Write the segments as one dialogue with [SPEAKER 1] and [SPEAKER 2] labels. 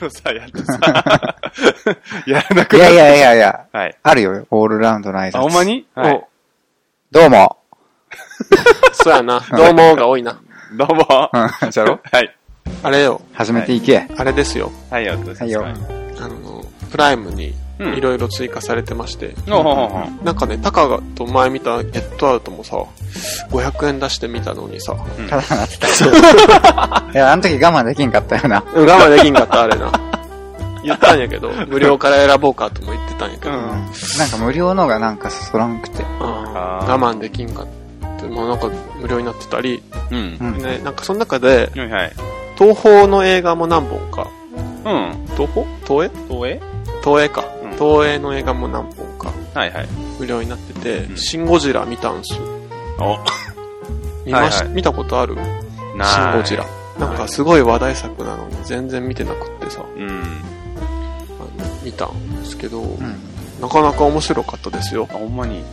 [SPEAKER 1] ろさ、 やっとさ、やらなく
[SPEAKER 2] い
[SPEAKER 1] な
[SPEAKER 2] や
[SPEAKER 1] る。
[SPEAKER 2] いやいやいや、
[SPEAKER 1] はい。
[SPEAKER 2] あるよ、オールラウンドの挨拶。
[SPEAKER 1] あ、ほんまにはい。
[SPEAKER 2] どうも。
[SPEAKER 3] そうや な。どうもが多いな。
[SPEAKER 1] どうも。
[SPEAKER 2] うん、じゃろ
[SPEAKER 1] はい。
[SPEAKER 3] あれよ。
[SPEAKER 2] 始めていけ。
[SPEAKER 3] あれですよ。
[SPEAKER 1] はい、やっと。
[SPEAKER 2] はいよ。
[SPEAKER 3] あの、プライムに
[SPEAKER 1] うん
[SPEAKER 3] いろいろ追加されてまして。
[SPEAKER 1] おほほほ。
[SPEAKER 3] なんかね、タカがと前見たゲットアウトもさ、500円出してみたのにさ、
[SPEAKER 2] ただなってた。いや、あの時我慢できんかったよな。
[SPEAKER 3] 我慢できん かった、あれな。言ったんやけど、無料から選ぼうかとも言ってたんやけど、
[SPEAKER 1] う
[SPEAKER 3] うんん
[SPEAKER 2] なんか無料のがなんかそらんくて。
[SPEAKER 1] あー
[SPEAKER 3] 我慢できんかって、もうなんか無料になってたり、
[SPEAKER 1] うん
[SPEAKER 2] う。ん。
[SPEAKER 3] ね、なんかその中で、
[SPEAKER 1] はいはい。
[SPEAKER 3] 東宝の映画も何本か、
[SPEAKER 1] うん。
[SPEAKER 3] 東宝東映
[SPEAKER 1] 東映
[SPEAKER 3] 東映か、
[SPEAKER 1] ん
[SPEAKER 3] 東映の映画も何本か
[SPEAKER 1] はいはい。
[SPEAKER 3] 無料になってて、
[SPEAKER 1] ん
[SPEAKER 3] シン・ゴジラ見たんすよ
[SPEAKER 1] お、
[SPEAKER 3] 見まし、
[SPEAKER 1] はいは
[SPEAKER 3] 見たことある
[SPEAKER 1] な
[SPEAKER 3] シン・
[SPEAKER 1] ーい
[SPEAKER 3] ゴジラ。。なんかすごい話題作なのに全然見てなくってさ、
[SPEAKER 1] うん。
[SPEAKER 3] あの見たんですけど、
[SPEAKER 2] うん。
[SPEAKER 3] なかなか面白かったですよ
[SPEAKER 1] あ、。ほんまに。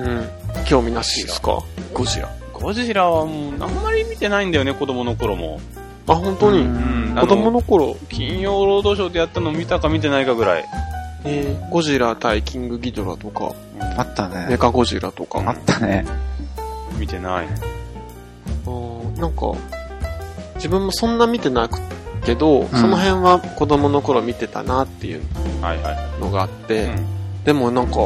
[SPEAKER 3] うん。興味なしですかゴジラ。
[SPEAKER 1] ゴジラはもう、あんまり見てないんだよね、子供の頃も。
[SPEAKER 3] あ、本当に、
[SPEAKER 2] うん
[SPEAKER 1] うん。
[SPEAKER 3] 子供
[SPEAKER 1] の
[SPEAKER 3] の頃、
[SPEAKER 1] 金曜ロードショーでやったの見たか見てないかぐらい。
[SPEAKER 3] えーゴジラ対キングギドラとか、
[SPEAKER 2] あった
[SPEAKER 3] メ
[SPEAKER 2] ね。
[SPEAKER 3] カゴジラと
[SPEAKER 2] あ
[SPEAKER 3] か、
[SPEAKER 2] ったね。
[SPEAKER 1] 見てない。
[SPEAKER 3] うんなんか、自分もそんな見てなくけど、
[SPEAKER 2] ん
[SPEAKER 3] その辺は子供の頃見てたなっていう
[SPEAKER 1] はいは
[SPEAKER 3] のがあっ
[SPEAKER 1] い。
[SPEAKER 3] て、でもなんか、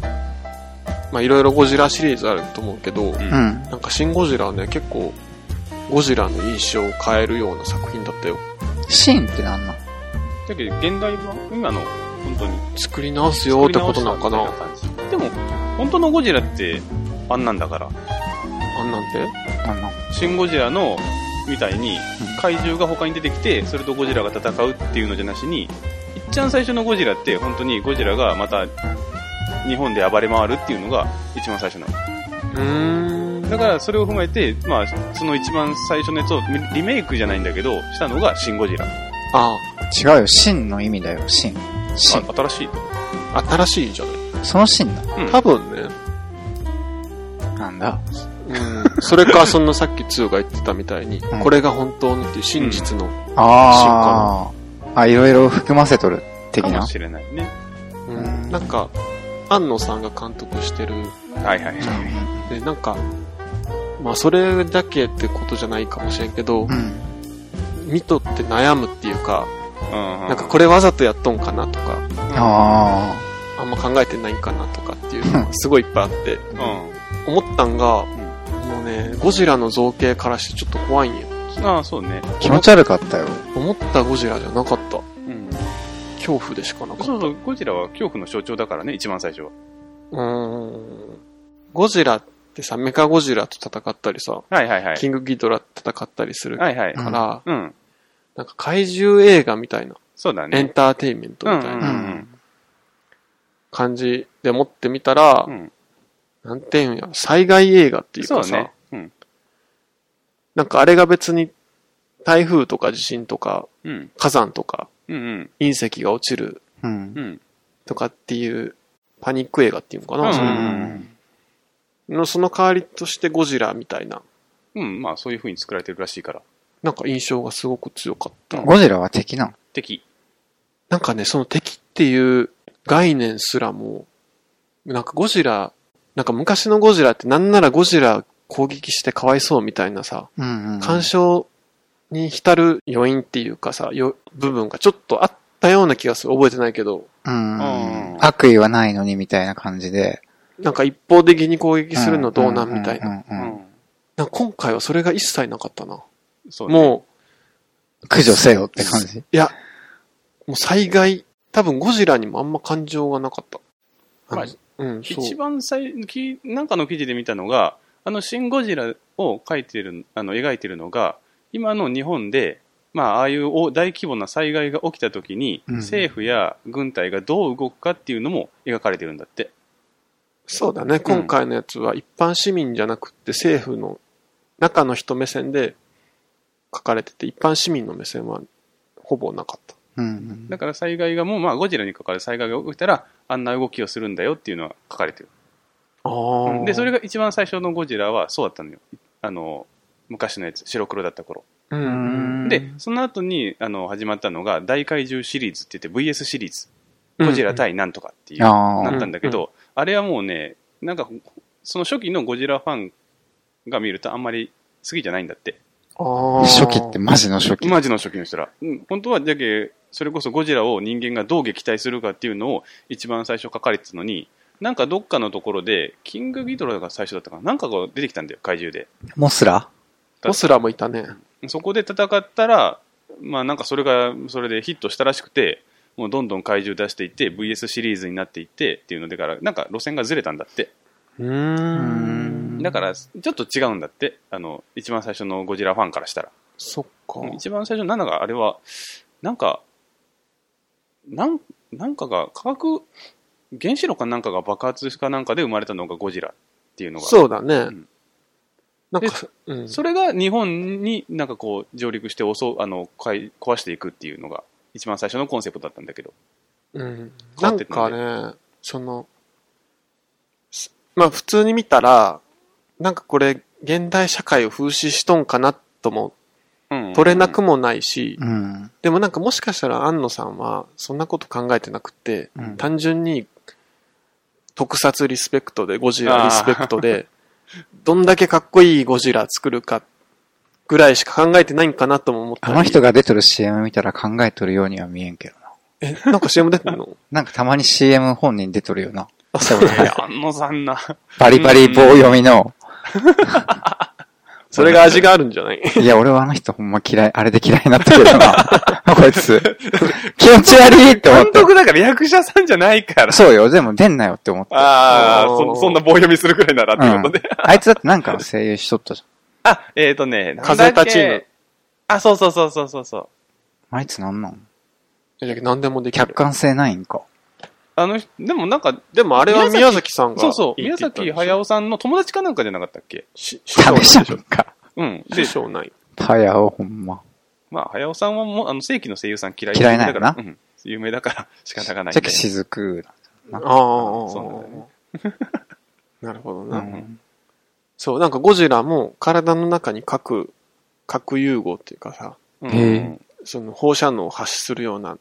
[SPEAKER 3] まあいろいろゴジラシリーズあると思うけど、
[SPEAKER 1] うん。
[SPEAKER 2] う
[SPEAKER 1] うん。
[SPEAKER 2] ん。
[SPEAKER 3] なんか新ゴジラはね、結構、ゴジラの印象を変えるような作品だったよ。
[SPEAKER 2] シーンってなんの
[SPEAKER 1] だけど、現代版、今の、本当に。
[SPEAKER 3] 作り直すよってことなんかな。
[SPEAKER 1] でも、本当のゴジラって、あんなんだから。
[SPEAKER 3] あんなんで
[SPEAKER 2] あの、
[SPEAKER 1] シン・ゴジラの、みたいに、怪獣が他に出てきて、それとゴジラが戦うっていうのじゃなしに、いっちゃん最初のゴジラって、本当にゴジラがまた、日本で暴れ回るっていうのが、一番最初なの。
[SPEAKER 3] うーん。
[SPEAKER 1] だから、それを踏まえて、まあ、その一番最初のやつを、リメイクじゃないんだけど、したのがシン・ゴジラ。あ
[SPEAKER 3] あ
[SPEAKER 2] 違うよ、シンの意味だよ、シン。シン。
[SPEAKER 1] 新しいと。
[SPEAKER 3] あ、新しいじゃない。
[SPEAKER 2] そのシンだ。
[SPEAKER 1] うん
[SPEAKER 3] 多分ね、
[SPEAKER 2] なんだ。
[SPEAKER 3] うん。それか、そのさっき2が言ってたみたいに、
[SPEAKER 2] ん
[SPEAKER 3] これが本当にっていう真実の、
[SPEAKER 2] ああ。あ、いろいろ含ませとる、的
[SPEAKER 1] かも
[SPEAKER 2] な。
[SPEAKER 1] しれないね。
[SPEAKER 3] う
[SPEAKER 2] うん
[SPEAKER 3] ん、なんか、安野さんが監督してる、
[SPEAKER 1] はいはい。
[SPEAKER 3] で、なんか、まあそれだけってことじゃないかもしれんけど
[SPEAKER 2] う、ん。
[SPEAKER 3] 見とって悩むっていうか、
[SPEAKER 1] うん。
[SPEAKER 3] なんかこれわざとやっとんかなとか、
[SPEAKER 2] ああ。
[SPEAKER 3] あんま考えてないんかなとかっていうのがすごいいっぱいあって、
[SPEAKER 1] れ、う
[SPEAKER 3] 思ったんが、もうね、ゴジラの造形からしてちょっと怖いんよ。
[SPEAKER 1] ん。ああ、そうね。
[SPEAKER 2] 気持ち悪かったよ。
[SPEAKER 3] 思ったゴジラじゃなかった。
[SPEAKER 1] うん。
[SPEAKER 3] 恐怖でしかなかった。
[SPEAKER 1] そうそう、ゴジラは恐怖の象徴だからね、一番最初は。
[SPEAKER 3] うーん。ゴジラってさ、メカゴジラと戦ったりさ、
[SPEAKER 1] はいはいは
[SPEAKER 3] キ
[SPEAKER 1] い。
[SPEAKER 3] ングギドラと戦ったりするか
[SPEAKER 1] はいはい。
[SPEAKER 2] う
[SPEAKER 3] ら、
[SPEAKER 1] うん。
[SPEAKER 3] なんか怪獣映画みたいな、
[SPEAKER 1] そうだ
[SPEAKER 3] エン
[SPEAKER 1] ね。
[SPEAKER 3] ターテインメント
[SPEAKER 1] うん
[SPEAKER 3] み
[SPEAKER 1] う
[SPEAKER 3] たい
[SPEAKER 1] ん
[SPEAKER 3] な
[SPEAKER 1] うん
[SPEAKER 3] 感じで持ってみたら、
[SPEAKER 1] うん。
[SPEAKER 3] なんていうんや、災害映画っていう
[SPEAKER 1] そう
[SPEAKER 3] か
[SPEAKER 1] だ
[SPEAKER 3] さ、
[SPEAKER 1] ね。うん。
[SPEAKER 3] なんかあれが別に台風とか地震とか
[SPEAKER 1] うん。
[SPEAKER 3] 火山とか
[SPEAKER 1] うん
[SPEAKER 3] 隕石が落ちる
[SPEAKER 2] うん
[SPEAKER 1] うん。う。ん。
[SPEAKER 3] とかっていうパニック映画っていうのかな、
[SPEAKER 1] うん
[SPEAKER 3] そうれ
[SPEAKER 2] ん。
[SPEAKER 3] のその代わりとしてゴジラみたいな、
[SPEAKER 1] うん。まあ、そういう風に作られてるらしいから。
[SPEAKER 3] なんか印象がすごく強かった。
[SPEAKER 2] ゴジラは敵なの
[SPEAKER 1] 敵。
[SPEAKER 3] なんかね、その敵っていう概念すらも、なんかゴジラ、なんか昔のゴジラってなんならゴジラ攻撃してかわいそうみたいなさ、
[SPEAKER 2] うんうん。
[SPEAKER 3] 干渉に浸る余韻っていうかさ、よ部分がちょっとあったような気がする。覚えてないけど、
[SPEAKER 2] うん
[SPEAKER 1] う。ん
[SPEAKER 2] 悪意はないのにみたいな感じで。
[SPEAKER 3] なんか一方的に攻撃するのどうなんみたいな。
[SPEAKER 2] な。う
[SPEAKER 1] うん
[SPEAKER 2] うんうん
[SPEAKER 1] ん。
[SPEAKER 3] なんか今回はそれが一切なかったな。
[SPEAKER 1] そうね。
[SPEAKER 3] も
[SPEAKER 2] 駆除せよって感じ。
[SPEAKER 3] う、いや、もう災害、多分ゴジラにもあんま感情がなかった。あの
[SPEAKER 1] ま
[SPEAKER 3] うん、そう。
[SPEAKER 1] 一番最、きなんかの記事で見たのが、あの、シン・ゴジラを描いてる、あの、描いてるのが、今の日本で、まあ、ああいう大大規模な災害が起きた時に、
[SPEAKER 2] うん
[SPEAKER 1] 政府や軍隊がどう動くかっていうのも描かれてるんだって。
[SPEAKER 3] そうだね、今回のやつは一般市民じゃなくって政府の中の人目線で書かれてて、一般市民の目線はほぼなかった。
[SPEAKER 2] うんうん。
[SPEAKER 1] だから災害がもう、まあ、ゴジラにかかる災害が起きたら、あんな動きをするんだよっていうのは書かれてる。
[SPEAKER 3] ああ。
[SPEAKER 1] で、それが一番最初のゴジラはそうだったのよ。あの、昔のやつ、白黒だった頃。
[SPEAKER 3] う。
[SPEAKER 2] うんん
[SPEAKER 1] で、その後に、あの、始まったのが、大怪獣シリーズって言って VS シリーズ、ゴジラ対なんとかっていう、
[SPEAKER 2] あ
[SPEAKER 1] な
[SPEAKER 2] あ
[SPEAKER 1] っ。たんだけど、あれはもうね、なんか、その初期のゴジラファンが見るとあんまり好きじゃないんだって。
[SPEAKER 3] あー
[SPEAKER 2] 初期ってマジの初期。
[SPEAKER 1] マジの初期の人ら。うん、本当は、じゃけ、それこそゴジラを人間がどう撃退するかっていうのを一番最初書かれてたのに、なんかどっかのところで、キングギドラが最初だったかななんかが出てきたんだよ、怪獣で。
[SPEAKER 2] モスラ
[SPEAKER 3] モスラもいたね。
[SPEAKER 1] そこで戦ったら、まあなんかそれが、それでヒットしたらしくて、もうどんどん怪獣出していって、VS シリーズになっていってっていうのでから、なんか路線がずれたんだって。
[SPEAKER 3] うーん。
[SPEAKER 1] だから、ちょっと違うんだって。あの、一番最初のゴジラファンからしたら。
[SPEAKER 3] そっか。
[SPEAKER 1] 一番最初の7があれは、なんか、なんなんかが、化学、原子炉かなんかが爆発かなんかで生まれたのがゴジラっていうのが。
[SPEAKER 3] そうだね。
[SPEAKER 1] ん
[SPEAKER 3] なんか、うん。
[SPEAKER 1] それが日本になんかこう上陸して襲うあの壊い壊していくっていうのが一番最初のコンセプトだったんだけど。
[SPEAKER 3] うん。
[SPEAKER 1] 変
[SPEAKER 3] な
[SPEAKER 1] わっ
[SPEAKER 3] ん
[SPEAKER 1] てった
[SPEAKER 3] か
[SPEAKER 1] ね
[SPEAKER 3] ね、その、すまあ普通に見たら、なんかこれ、現代社会を風刺しとんかなとも
[SPEAKER 1] うん
[SPEAKER 3] 取れなくもないし、
[SPEAKER 2] うん。
[SPEAKER 3] でもなんかもしかしたら安野さんはそんなこと考えてなくて、
[SPEAKER 2] うん
[SPEAKER 3] 単純に特撮リスペクトで、ゴジラリスペクトで、 どんだけかっこいいゴジラ作るかぐらいしか考えてないんかなとも思った
[SPEAKER 2] あ
[SPEAKER 3] り
[SPEAKER 2] の人が出てる CM 見たら考えとるようには見えんけどな。
[SPEAKER 3] え、なんか CM 出て んの
[SPEAKER 2] なんかたまに CM 本人出とるよな。
[SPEAKER 3] あ、そ
[SPEAKER 1] い
[SPEAKER 3] う
[SPEAKER 1] や、 安野さんな。
[SPEAKER 2] バリバリ棒読みの。
[SPEAKER 3] それが味があるんじゃない
[SPEAKER 2] いや、俺はあの人ほんま嫌い、あれで嫌いになったけどな。こいつ。気持ち悪いって思っ
[SPEAKER 1] 監
[SPEAKER 2] た。
[SPEAKER 1] 督だから役者さんじゃないから。
[SPEAKER 2] そうよ、でも出んなよって思った。
[SPEAKER 1] ああ、
[SPEAKER 3] お
[SPEAKER 1] そ
[SPEAKER 3] ー
[SPEAKER 1] そんな棒読みするくらいならっていうことで。
[SPEAKER 2] あいつだってなんかの声優しとったじ
[SPEAKER 1] あ、 えっ、ー、とね、なんだっけ
[SPEAKER 3] 風立ちぬ。
[SPEAKER 1] あ、そうそうそうそうそうそう。
[SPEAKER 2] ゃん。あいつなんなん
[SPEAKER 3] いや何でもでき
[SPEAKER 2] 客
[SPEAKER 3] る。
[SPEAKER 2] 観性ないんか。
[SPEAKER 1] あの人、でもなんか、
[SPEAKER 3] でもあれは
[SPEAKER 1] 宮
[SPEAKER 3] 宮崎さんが
[SPEAKER 1] そうそう、
[SPEAKER 3] いい
[SPEAKER 1] 宮
[SPEAKER 3] って言っ
[SPEAKER 1] 崎
[SPEAKER 3] たんでしょ
[SPEAKER 1] 駿さんの友達かなんかじゃなかったっけ
[SPEAKER 3] し師匠
[SPEAKER 2] ダ
[SPEAKER 3] なん
[SPEAKER 2] メ
[SPEAKER 3] で
[SPEAKER 2] じ
[SPEAKER 3] し
[SPEAKER 2] ゃ
[SPEAKER 3] ょ
[SPEAKER 2] んか。
[SPEAKER 1] うん。で
[SPEAKER 3] 師、匠ない。
[SPEAKER 2] パヤをほんま。
[SPEAKER 1] まあ、駿さんはもう、あの、正規の声優さん嫌い
[SPEAKER 2] 嫌いなん
[SPEAKER 1] だ
[SPEAKER 2] や
[SPEAKER 1] から
[SPEAKER 2] な、
[SPEAKER 1] うん。有名だから仕方がない
[SPEAKER 2] じゃ
[SPEAKER 1] ん
[SPEAKER 2] け
[SPEAKER 1] で。
[SPEAKER 2] 雫
[SPEAKER 3] あ あ、
[SPEAKER 1] そうなんだよね
[SPEAKER 3] なるほど
[SPEAKER 2] な。
[SPEAKER 3] な、
[SPEAKER 2] うん。
[SPEAKER 3] そう、なんかゴジラも体の中に核、核融合っていうかさ、
[SPEAKER 1] う
[SPEAKER 2] へ
[SPEAKER 1] ん
[SPEAKER 2] え。
[SPEAKER 3] その放射能を発するような、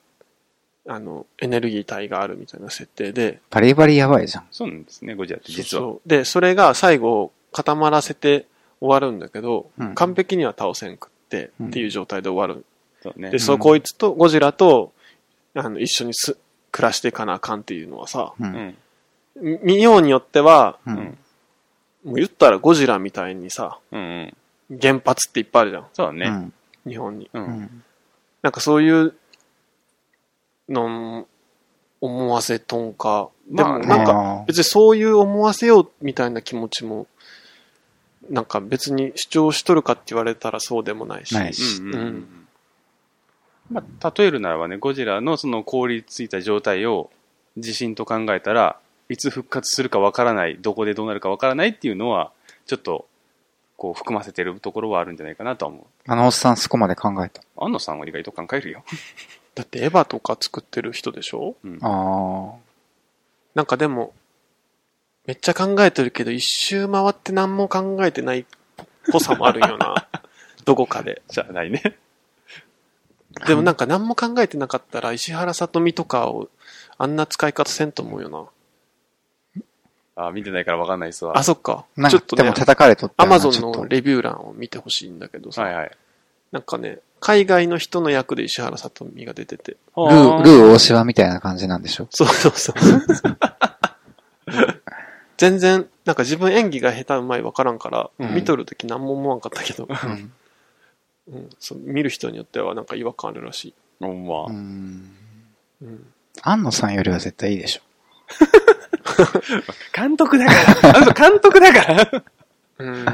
[SPEAKER 3] あの、エネルギー体があるみたいな設定で、
[SPEAKER 2] バリバリやばいじゃん。
[SPEAKER 1] そうなんですね、ゴジラって実
[SPEAKER 3] そう
[SPEAKER 1] は。
[SPEAKER 3] そうで、それが最後固まらせて終わるんだけど、
[SPEAKER 2] うん
[SPEAKER 3] 完璧には倒せんくって、
[SPEAKER 2] うん
[SPEAKER 3] っていう状態で終わる。
[SPEAKER 1] そうね
[SPEAKER 3] で、。そう、こいつと、ゴジラと、あの、一緒にす暮らしていかなあかんっていうのはさ、
[SPEAKER 2] う。
[SPEAKER 1] うんん。
[SPEAKER 3] み見ようによっては、
[SPEAKER 2] う
[SPEAKER 1] うんん。。
[SPEAKER 3] もう言ったらゴジラみたいにさ、
[SPEAKER 1] うんうん。
[SPEAKER 3] 原発っていっぱいあるじゃん、
[SPEAKER 1] そうだ
[SPEAKER 2] う
[SPEAKER 1] ね。
[SPEAKER 2] ん。
[SPEAKER 3] 日本に。
[SPEAKER 1] う。
[SPEAKER 2] うんん。
[SPEAKER 3] なんかそういうの思わせとんか。で
[SPEAKER 1] まあ
[SPEAKER 3] も
[SPEAKER 1] ね
[SPEAKER 3] なんか
[SPEAKER 2] か
[SPEAKER 3] 別にそういう思わせようみたいな気持ちも、なんか別に主張しとるかって言われたらそうでもないし。
[SPEAKER 2] ないし
[SPEAKER 1] う。んうんう。
[SPEAKER 3] うん
[SPEAKER 1] まあ、例えるならばね、ゴジラのその凍りついた状態を地震と考えたら、いつ復活するかわからない、どこでどうなるかわからないっていうのは、ちょっと、こう、含ませてるところはあるんじゃないかなとは思
[SPEAKER 2] あのおっさんそこまで考えた。
[SPEAKER 1] う。安野さんは意外と考えるよ。
[SPEAKER 3] だってエヴァとか作ってる人でしょ
[SPEAKER 1] うん。
[SPEAKER 2] あ
[SPEAKER 3] なんかでも、めっちゃ考えてるけど一周回って何も考えてないっぽさもあるよ な。どこかで。
[SPEAKER 1] じゃないね。
[SPEAKER 3] でもなんか何も考えてなかったら石原さとみとかをあんな使い方せんと思うよな。
[SPEAKER 1] あー見てないからわかんないっすわ。
[SPEAKER 3] あ、そっか
[SPEAKER 2] あ。。なん
[SPEAKER 3] ちょっ
[SPEAKER 2] か
[SPEAKER 3] と
[SPEAKER 2] で
[SPEAKER 3] ね
[SPEAKER 2] も、叩かれとった
[SPEAKER 3] ア
[SPEAKER 2] よな
[SPEAKER 3] マゾン
[SPEAKER 2] ちょっと
[SPEAKER 3] のレビュー欄を見てほしいんだけどさ、
[SPEAKER 1] はいはい。
[SPEAKER 3] なんかね、海外の人の役で石原さとみが出てて。
[SPEAKER 2] ルー、ルー大芝みたいな感じなんでしょ
[SPEAKER 3] そうそうそう。 全然、なんか自分演技が下手うまいわからんから、
[SPEAKER 1] うん
[SPEAKER 3] 見とるとき何も思わんかったけど、
[SPEAKER 2] うん。
[SPEAKER 3] うんそう見る人によってはなんか違和感あるらしい。
[SPEAKER 1] ほんま
[SPEAKER 2] う。ん。
[SPEAKER 3] うん、
[SPEAKER 2] 安野さんよりは絶対いいでしょ。
[SPEAKER 1] 監督だから。あの人監督だから。
[SPEAKER 3] うん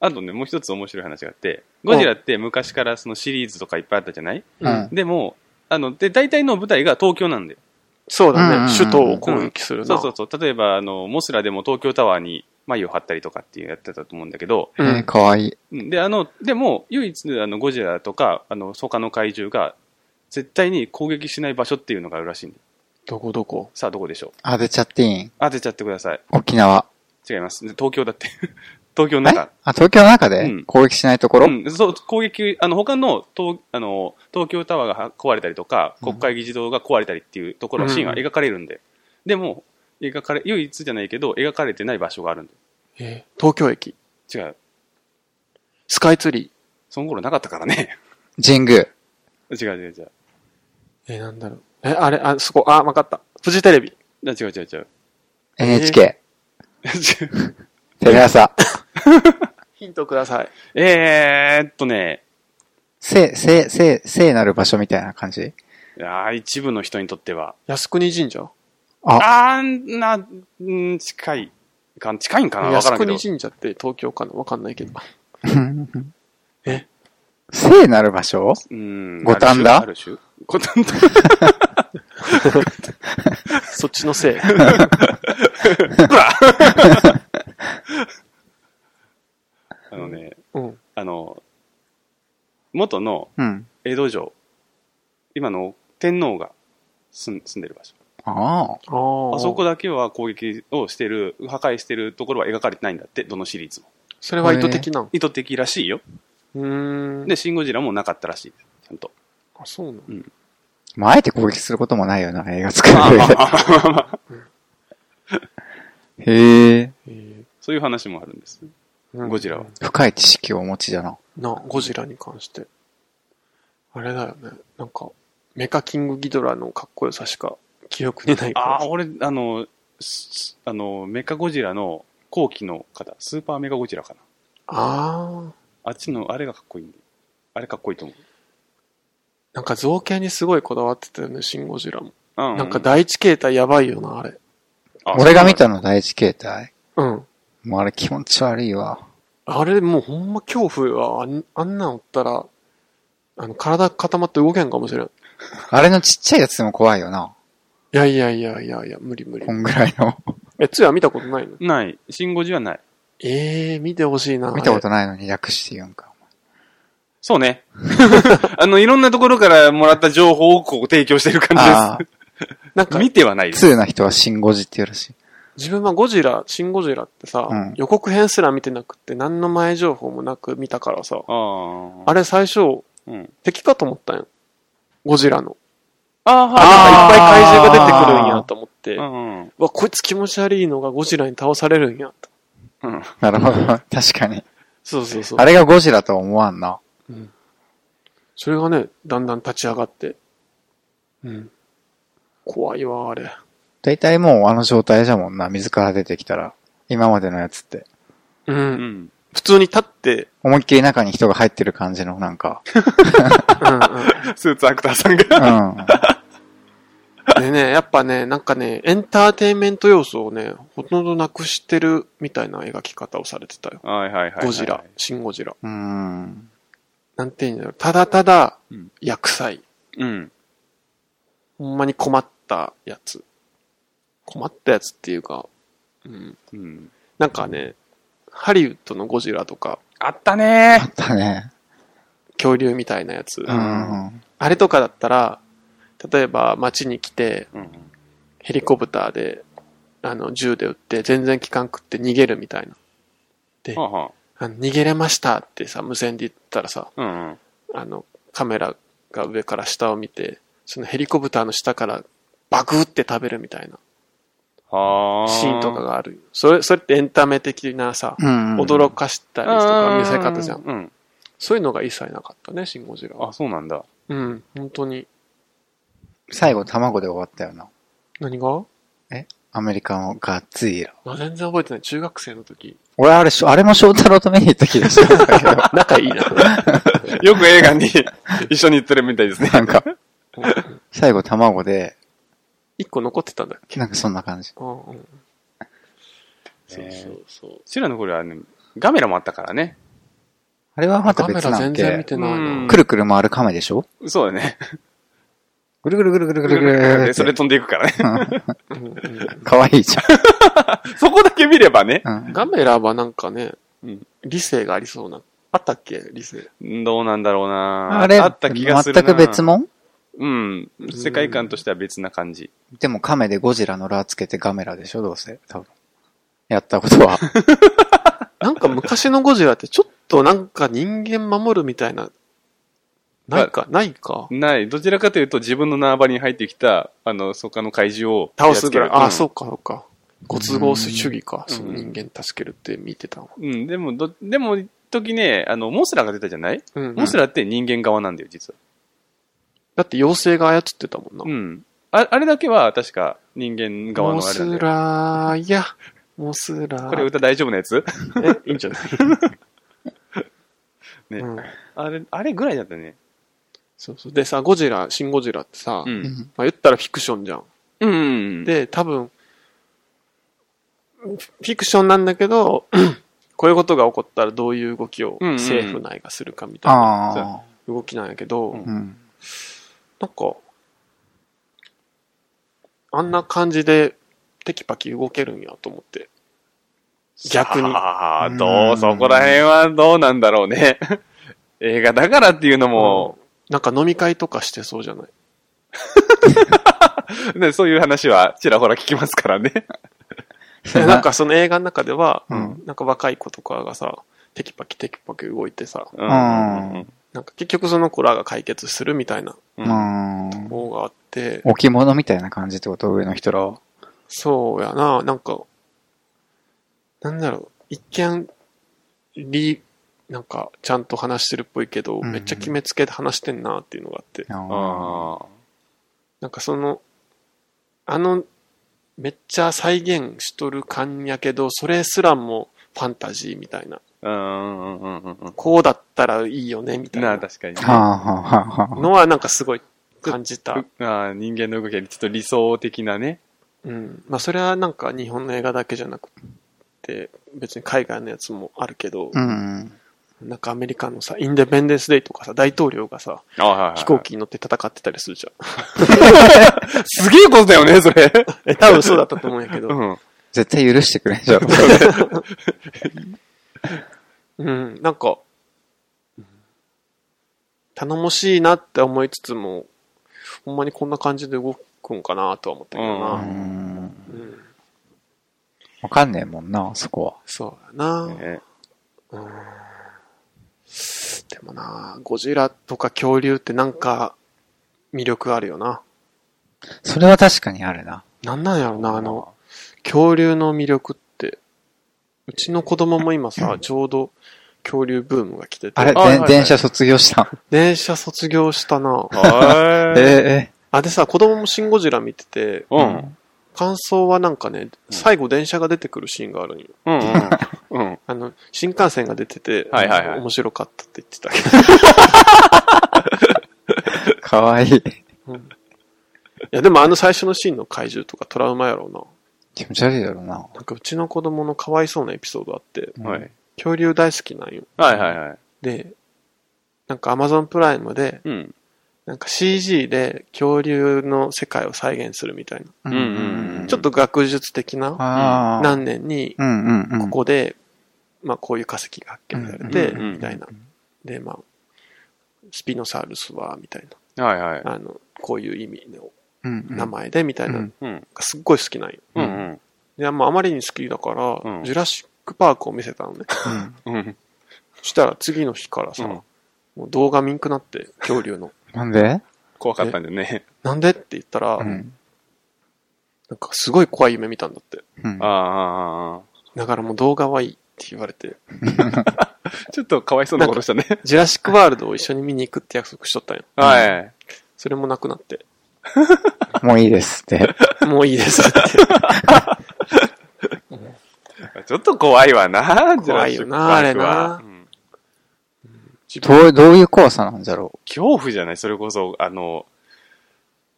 [SPEAKER 1] あとね、もう一つ面白い話があって、ゴジラって昔からそのシリーズとかいっぱいあったじゃない
[SPEAKER 2] うん
[SPEAKER 1] でも、あの、で、大体の舞台が東京なんだよ。
[SPEAKER 3] そうだね、
[SPEAKER 2] うんうんうん
[SPEAKER 3] 首都を攻撃するな。
[SPEAKER 1] そうそうそう。例えば、あの、モスラでも東京タワーに眉を張ったりとかっていうやってたと思うんだけど、
[SPEAKER 3] うん
[SPEAKER 2] えー、かわいい。
[SPEAKER 1] うんで、あの、でも、唯一、あの、ゴジラとか、あの、他の怪獣が、絶対に攻撃しない場所っていうのがあるらしいんだよ
[SPEAKER 3] どこどこ
[SPEAKER 1] さあ、どこでしょう
[SPEAKER 2] あ、出ちゃっていいん
[SPEAKER 1] 当てちゃってください。
[SPEAKER 2] 沖縄。
[SPEAKER 1] 違います。東京だって。 東京の
[SPEAKER 2] え
[SPEAKER 1] 中。
[SPEAKER 2] あ、東京の中
[SPEAKER 1] う
[SPEAKER 2] で
[SPEAKER 1] ん
[SPEAKER 2] 攻撃しないところ、
[SPEAKER 1] うん、そう、攻撃、あの、他の東あの東京タワーがは壊れたりとか、
[SPEAKER 2] うん
[SPEAKER 1] 国会議事堂が壊れたりっていうところのシーンが
[SPEAKER 3] うん
[SPEAKER 1] 描かれるんで。でも、描かれ、唯一じゃないけど、描かれてない場所があるんで。
[SPEAKER 3] えー東京駅。
[SPEAKER 1] 違う。
[SPEAKER 3] スカイツリ
[SPEAKER 1] その頃なかったからね。
[SPEAKER 2] 神宮。
[SPEAKER 1] 違う違う違う。
[SPEAKER 3] ー。えー、なんだろう。え、あれ、あ、そこ、あ、わかった。フジテレビ。
[SPEAKER 1] な違う違う違う。
[SPEAKER 2] NHK。
[SPEAKER 1] 違う
[SPEAKER 2] テレ朝。
[SPEAKER 3] ヒントください。
[SPEAKER 1] えーっとね、
[SPEAKER 2] 聖、聖、聖、聖なる場所みたいな感じ
[SPEAKER 1] あー一部の人にとっては。
[SPEAKER 3] 靖国神社
[SPEAKER 1] あんな、ん近いか、近いんかなわから
[SPEAKER 3] 靖
[SPEAKER 1] んけど
[SPEAKER 3] 国。神社って東京かなわかんないけど。え
[SPEAKER 2] 聖なる場所
[SPEAKER 1] うん
[SPEAKER 2] 五反田
[SPEAKER 1] ある種ある種五反田
[SPEAKER 3] そっちのせ い。
[SPEAKER 1] あのね、
[SPEAKER 3] うん。
[SPEAKER 1] あの、元の
[SPEAKER 2] うん。
[SPEAKER 1] 江戸城、今の天皇が住ん住んでる場所。
[SPEAKER 2] あ
[SPEAKER 3] ああ。
[SPEAKER 1] あそこだけは攻撃をしてる、破壊してるところは描かれてないんだって、どのシリーズも。
[SPEAKER 3] それは意図的なん。
[SPEAKER 1] 意図的らしいよ。
[SPEAKER 3] うーん。
[SPEAKER 1] で、シン・ゴジラもなかったらしい。ちゃんと。
[SPEAKER 3] あ、そうなの
[SPEAKER 2] あ。まあ、あえて攻撃することもないよな、映画作る上で。
[SPEAKER 1] あ
[SPEAKER 2] へえ。
[SPEAKER 3] え
[SPEAKER 1] そういう話もあるんです。
[SPEAKER 3] ー
[SPEAKER 1] ゴジラは。
[SPEAKER 2] 深い知識をお持ちだな。
[SPEAKER 3] な、ゴジラに関して。あれだよね。なんか、メカキングギドラのかっこよさしか記憶にないか
[SPEAKER 1] あ
[SPEAKER 3] ら
[SPEAKER 1] あ、。俺、あの、すあの、メカゴジラの後期の方、スーパーメカゴジラかな。
[SPEAKER 3] あ
[SPEAKER 1] あ
[SPEAKER 3] あ。
[SPEAKER 1] っちの、あれがかっこいいんで。あれかっこいいと思
[SPEAKER 3] なんか造形にすごいこだわってたよね、シンゴジラも。
[SPEAKER 1] う。う
[SPEAKER 3] なんか第一形態やばいよな、あれ。
[SPEAKER 2] 俺が見たの第一形態。
[SPEAKER 3] うん。
[SPEAKER 2] もうあれ気持ち悪いわ。
[SPEAKER 3] あれもうほんま恐怖は、あんあんなんおったら、あの、体固まって動けんかもしれん。い
[SPEAKER 2] あれのちっちゃいやつでも怖いよな。
[SPEAKER 3] やいやいやいやいや、無理無理
[SPEAKER 2] こ。んぐらいの。
[SPEAKER 3] え、つや見たことないの
[SPEAKER 1] ない。シンゴジラはない。
[SPEAKER 3] ええー、見てほしいな。
[SPEAKER 2] 見たこ
[SPEAKER 3] あ
[SPEAKER 2] とないのに略して言うんか。
[SPEAKER 1] そうね。 あの、いろんなところからもらった情報をこう提供してる
[SPEAKER 2] あ
[SPEAKER 1] 感じで
[SPEAKER 3] れなん
[SPEAKER 1] す。
[SPEAKER 3] か、
[SPEAKER 1] 見てはないです。
[SPEAKER 2] 2な人はシンゴジって言うらしい。
[SPEAKER 3] 自分はゴジラ、シンゴジラってさ、
[SPEAKER 2] うん
[SPEAKER 3] 予告編すら見てなくって、何の前情報もなく見たからさ、
[SPEAKER 1] あー
[SPEAKER 3] あれ最初、
[SPEAKER 1] うん
[SPEAKER 3] 敵かと思ったんよ。ゴジラの。
[SPEAKER 1] あー、
[SPEAKER 3] なん
[SPEAKER 1] は
[SPEAKER 3] かいっぱい怪
[SPEAKER 2] あー
[SPEAKER 3] 獣が出てくるんやと思って、
[SPEAKER 1] い。う
[SPEAKER 3] うん
[SPEAKER 1] うん。
[SPEAKER 3] わ、こいつ気持ち悪いのがゴジラに倒されるんやと。
[SPEAKER 1] うん
[SPEAKER 2] なるほど。確かに。
[SPEAKER 3] そうそうそう
[SPEAKER 2] あ。れがゴジラとは思わんな。
[SPEAKER 3] うんそれがね、だんだん立ち上がって。うん。怖いわ、あれ。
[SPEAKER 2] 大体もうあの状態じゃもんな。水から出てきたら。今までのやつって。
[SPEAKER 3] う。
[SPEAKER 1] うんん。
[SPEAKER 3] 普通に立って、
[SPEAKER 2] 思いっきり中に人が入ってる感じのなんか。
[SPEAKER 3] うん
[SPEAKER 1] スーツアクターさん
[SPEAKER 2] う
[SPEAKER 1] が。
[SPEAKER 2] ん。
[SPEAKER 3] うん。 でね、やっぱね、なんかね、エンターテインメント要素をね、ほとんどなくしてるみたいな描き方をされてたよ。
[SPEAKER 1] はいはいはいはい。
[SPEAKER 3] ゴジラ、シンゴジラ。
[SPEAKER 2] うん。
[SPEAKER 3] なんていうんだろう。ただただ
[SPEAKER 1] うん、
[SPEAKER 3] 薬剤。
[SPEAKER 1] うん。
[SPEAKER 3] ほんまに困ったやつ。困ったやつっていうか、うん。
[SPEAKER 1] うん。
[SPEAKER 3] なんかね、ハリウッドのゴジラとか、
[SPEAKER 1] あったね
[SPEAKER 2] あったね。
[SPEAKER 3] 恐竜みたいなやつ。
[SPEAKER 2] う
[SPEAKER 1] うん
[SPEAKER 2] ん。
[SPEAKER 3] あれとかだったら、例えば街に来て、
[SPEAKER 1] うん。
[SPEAKER 3] ヘリコプターで、あの、銃で撃って、全然効かんくって逃げるみたいな。
[SPEAKER 1] はあは
[SPEAKER 3] あの逃げれましたってさ、無線で言ったらさ、
[SPEAKER 1] あうんうん。
[SPEAKER 3] あの、カメラが上から下を見て、そのヘリコプターの下からバクって食べるみたいな
[SPEAKER 1] はあ。
[SPEAKER 3] シーンとかがある。それ、それってエンタメ的なさ、
[SPEAKER 2] うん。
[SPEAKER 3] 驚かしたりとか見せ方じゃん。
[SPEAKER 1] うん。
[SPEAKER 3] そういうのが一切なかったね、シンゴジラは。
[SPEAKER 1] あ、そうなんだ。
[SPEAKER 3] うん、本当に。
[SPEAKER 2] 最後卵で終わったよな。
[SPEAKER 3] 何が
[SPEAKER 2] アメリカのガッツイラ。
[SPEAKER 3] あ全然覚えてない。中学生の時。
[SPEAKER 2] 俺あれしょ、あれも翔太郎と見に行った気がしますけど。
[SPEAKER 3] 仲いいな。
[SPEAKER 1] よく映画に 一緒に行ってるみたいですね。
[SPEAKER 2] なんか、最後卵で、
[SPEAKER 3] 一個残ってたんだっけ
[SPEAKER 2] なんかそんな感じ。
[SPEAKER 3] うんうん。
[SPEAKER 1] そ
[SPEAKER 3] そうう
[SPEAKER 1] そ
[SPEAKER 3] そううそう。
[SPEAKER 1] シラの頃はね、ガメラもあったからね。
[SPEAKER 2] あれはまた
[SPEAKER 3] カメ
[SPEAKER 2] 別
[SPEAKER 3] ラ
[SPEAKER 2] なん
[SPEAKER 3] 全然見
[SPEAKER 2] け
[SPEAKER 3] てない
[SPEAKER 1] うん
[SPEAKER 3] な。
[SPEAKER 2] くるくる回る亀でしょ
[SPEAKER 1] そうだね。
[SPEAKER 2] ぐるぐるぐるぐるぐるぐるぐる。
[SPEAKER 1] それ飛んでいくからね。
[SPEAKER 3] うんうん
[SPEAKER 2] かわいいじ
[SPEAKER 1] そこだけ見ればね。
[SPEAKER 2] ゃん。うん。
[SPEAKER 3] ガメラはなんかね
[SPEAKER 1] うん、
[SPEAKER 3] 理性がありそうな。あったっけ理性。
[SPEAKER 1] どうなんだろうな
[SPEAKER 2] あれ、
[SPEAKER 1] あった気がするな
[SPEAKER 2] 全く別もん
[SPEAKER 1] うん。世界観としては別な感じ。
[SPEAKER 2] でも亀でゴジラのラつけてガメラでしょどうせ。多分。やったことは。
[SPEAKER 3] なんか昔のゴジラってちょっとなんか人間守るみたいな、ないか、ないか。
[SPEAKER 1] ない。どちらかというと、自分の縄張りに入ってきた、あの、そっかの怪獣を
[SPEAKER 3] 倒すぐらい。あ、
[SPEAKER 1] う
[SPEAKER 3] そうか、そうか。ご都合主義か、
[SPEAKER 1] うん
[SPEAKER 3] その人間助けるって見てたの。
[SPEAKER 1] ん。うん、でも、ど、でも、一時ね、あの、モスラが出たじゃない、
[SPEAKER 3] うん、
[SPEAKER 1] モスラって人間側なんだよ、実は。
[SPEAKER 3] だって妖精が操ってたもんな。
[SPEAKER 1] うん。ああれだけは、確か、人間側
[SPEAKER 3] モ
[SPEAKER 1] のあれなんだ
[SPEAKER 3] ス
[SPEAKER 1] よ。
[SPEAKER 3] ラーや、モスラー。
[SPEAKER 1] これ歌大丈夫なやつ
[SPEAKER 3] え、いいんじゃない
[SPEAKER 1] ね
[SPEAKER 3] うん
[SPEAKER 1] あれ、あれぐらいだったね。
[SPEAKER 3] そうそう。でさ、ゴジラ、シンゴジラってさ、
[SPEAKER 1] う
[SPEAKER 3] ま
[SPEAKER 1] ん。
[SPEAKER 3] あ言ったらフィクションじゃん。
[SPEAKER 1] うん。、
[SPEAKER 3] で、多分、フィクションなんだけど、 こういうことが起こったらどういう動きを
[SPEAKER 1] うんうん
[SPEAKER 3] 政府内がするかみたいな
[SPEAKER 2] あ
[SPEAKER 3] 動きなんやけど、
[SPEAKER 1] うん
[SPEAKER 2] あ。うん。
[SPEAKER 3] なんか、あんな感じでテキパキ動けるんやと思って。逆に
[SPEAKER 1] ああ、
[SPEAKER 2] う
[SPEAKER 1] どう、
[SPEAKER 2] ん
[SPEAKER 1] そこら辺はどうなんだろうね。 映画だからっていうのも、
[SPEAKER 3] なんか飲み会とかしてそうじゃない
[SPEAKER 1] ね、そういう話はちらほら聞きますからね。
[SPEAKER 2] それ
[SPEAKER 3] なん、かその映画の中では、
[SPEAKER 2] うん
[SPEAKER 3] なんか若い子とかがさ、テキパキテキパキ動いてさ、
[SPEAKER 1] う
[SPEAKER 2] うん
[SPEAKER 3] なんか結局その子らが解決するみたいな
[SPEAKER 1] う
[SPEAKER 2] う
[SPEAKER 1] うん
[SPEAKER 2] んん。
[SPEAKER 3] 方があって、
[SPEAKER 2] 置物みたいな感じってこと上の人らは。
[SPEAKER 3] そうやな、なんか、なんだろう、一見、り、なんか、ちゃんと話してるっぽいけ
[SPEAKER 2] う
[SPEAKER 3] ど、
[SPEAKER 2] ん
[SPEAKER 3] めっちゃ決めつけて話してんなっていうのがあって、
[SPEAKER 2] あ
[SPEAKER 1] あ
[SPEAKER 3] なんかその、あの、めっちゃ再現しとる感やけど、それすらもファンタジーみたいな、
[SPEAKER 1] あ。うんうんうんうんうん。
[SPEAKER 3] こうだったらいいよね、みたい
[SPEAKER 1] なあ、
[SPEAKER 3] な
[SPEAKER 1] 確かにね。
[SPEAKER 2] あ。はあはあはあはあ。
[SPEAKER 3] のはなんかすごい感じた。
[SPEAKER 1] うああ人間の動きはちょっと理想的なね。
[SPEAKER 3] うん。まあそれはなんか日本の映画だけじゃなくて、別に海外のやつもあるけど、
[SPEAKER 2] うん。
[SPEAKER 3] なんかアメリカのさ、インデペンデンスデイとかさ、大統領がさ、
[SPEAKER 1] あはいはいはい
[SPEAKER 3] 飛行。機に乗って戦ってたりするじ ゃん。
[SPEAKER 1] すげえことだよね、それ。
[SPEAKER 3] え、多分そうだったと思うんやけ
[SPEAKER 1] う
[SPEAKER 3] ど。
[SPEAKER 1] ん。
[SPEAKER 2] 絶対許してくれんじゃん。
[SPEAKER 3] うん、なんか、頼もしいなって思いつつも、ほんまにこんな感じで動くんかなとは思ったけど
[SPEAKER 2] う
[SPEAKER 3] な。
[SPEAKER 2] ん。
[SPEAKER 3] うん、
[SPEAKER 2] わかんねえもんな、そこは。
[SPEAKER 3] そうやな、
[SPEAKER 1] ね
[SPEAKER 3] うん。でもな、ゴジラとか恐竜ってなんか魅力あるよな。
[SPEAKER 2] それは確かにあるな。
[SPEAKER 3] なんなんやろな、あの、恐竜の魅力って、うちの子供も今さ、ちょうど恐竜ブームが来てて。
[SPEAKER 2] あれ、
[SPEAKER 1] あはい
[SPEAKER 2] で
[SPEAKER 1] はい
[SPEAKER 2] 電車卒業したん。
[SPEAKER 3] 電車卒業したな。
[SPEAKER 1] は
[SPEAKER 2] え
[SPEAKER 1] い。
[SPEAKER 2] え
[SPEAKER 3] あ、でさ、子供もシンゴジラ見てて、
[SPEAKER 1] う
[SPEAKER 2] え。
[SPEAKER 1] ん。。
[SPEAKER 3] 感想はなんかね、最後電車が出てくるシーンがあるんよ。
[SPEAKER 1] うんうん。うん。
[SPEAKER 3] あの、新幹線が出てて、
[SPEAKER 1] はいはいはい
[SPEAKER 3] 面白かったって言ってたけ
[SPEAKER 2] かわいい。
[SPEAKER 3] ど。うん いや、でもあの最初のシーンの怪獣とかトラウマやろうな。
[SPEAKER 2] 気持ち悪いだろうな。
[SPEAKER 3] なんかうちの子供のかわいそうなエピソードあって、
[SPEAKER 2] うん
[SPEAKER 1] はい。
[SPEAKER 3] 恐竜大好きなんよ。
[SPEAKER 1] はいはいはい。
[SPEAKER 3] で、なんか Amazon プライムで、
[SPEAKER 1] うん。
[SPEAKER 3] なんか CG で恐竜の世界を再現するみたいな。
[SPEAKER 2] うん
[SPEAKER 1] うんうん
[SPEAKER 3] ちょっと学術的な
[SPEAKER 2] ああ。
[SPEAKER 3] 何年に、
[SPEAKER 2] うんうんうん。
[SPEAKER 3] ここで、まあこういう化石が発見されて、
[SPEAKER 1] うんうんうん
[SPEAKER 3] みたいな。で、まあ、スピノサウルスは、みたい
[SPEAKER 1] はいはい。
[SPEAKER 3] な。あの、こういう意味の
[SPEAKER 2] うんうん。
[SPEAKER 3] 名前で、みたいな。
[SPEAKER 2] う
[SPEAKER 3] なんんか
[SPEAKER 1] うん。
[SPEAKER 3] すっごい好きなんよ。
[SPEAKER 1] うん
[SPEAKER 3] で、まああまりに好きだから、
[SPEAKER 1] うん
[SPEAKER 3] ジュラシックパークを見せたの ね。
[SPEAKER 2] うん
[SPEAKER 1] うん。うん。
[SPEAKER 3] そしたら次の日からさ、
[SPEAKER 1] うん
[SPEAKER 3] もう動画見んくなって、恐 竜の。
[SPEAKER 2] なんで
[SPEAKER 1] 怖かったんだよね。
[SPEAKER 3] なんでって言ったら、
[SPEAKER 2] うん。
[SPEAKER 3] なんかすごい怖い夢見たんだって。
[SPEAKER 2] うん
[SPEAKER 1] あああああ
[SPEAKER 3] だからもう動画はいいって言われて、
[SPEAKER 1] あ。ちょっとかわいそうなことしたね。
[SPEAKER 3] ジュラシックワールドを一緒に見に行くって約束しとったんよ。
[SPEAKER 1] はい。
[SPEAKER 3] それもなくなって、
[SPEAKER 2] もういいですって。
[SPEAKER 3] もういいですって。
[SPEAKER 1] ちょっと怖いわな、ジュラシックパークは
[SPEAKER 3] 怖いよなあれな
[SPEAKER 1] うん
[SPEAKER 3] 自分
[SPEAKER 2] どう、どういう怖さなんだろう。
[SPEAKER 1] 恐怖じゃないそれこそ、あの、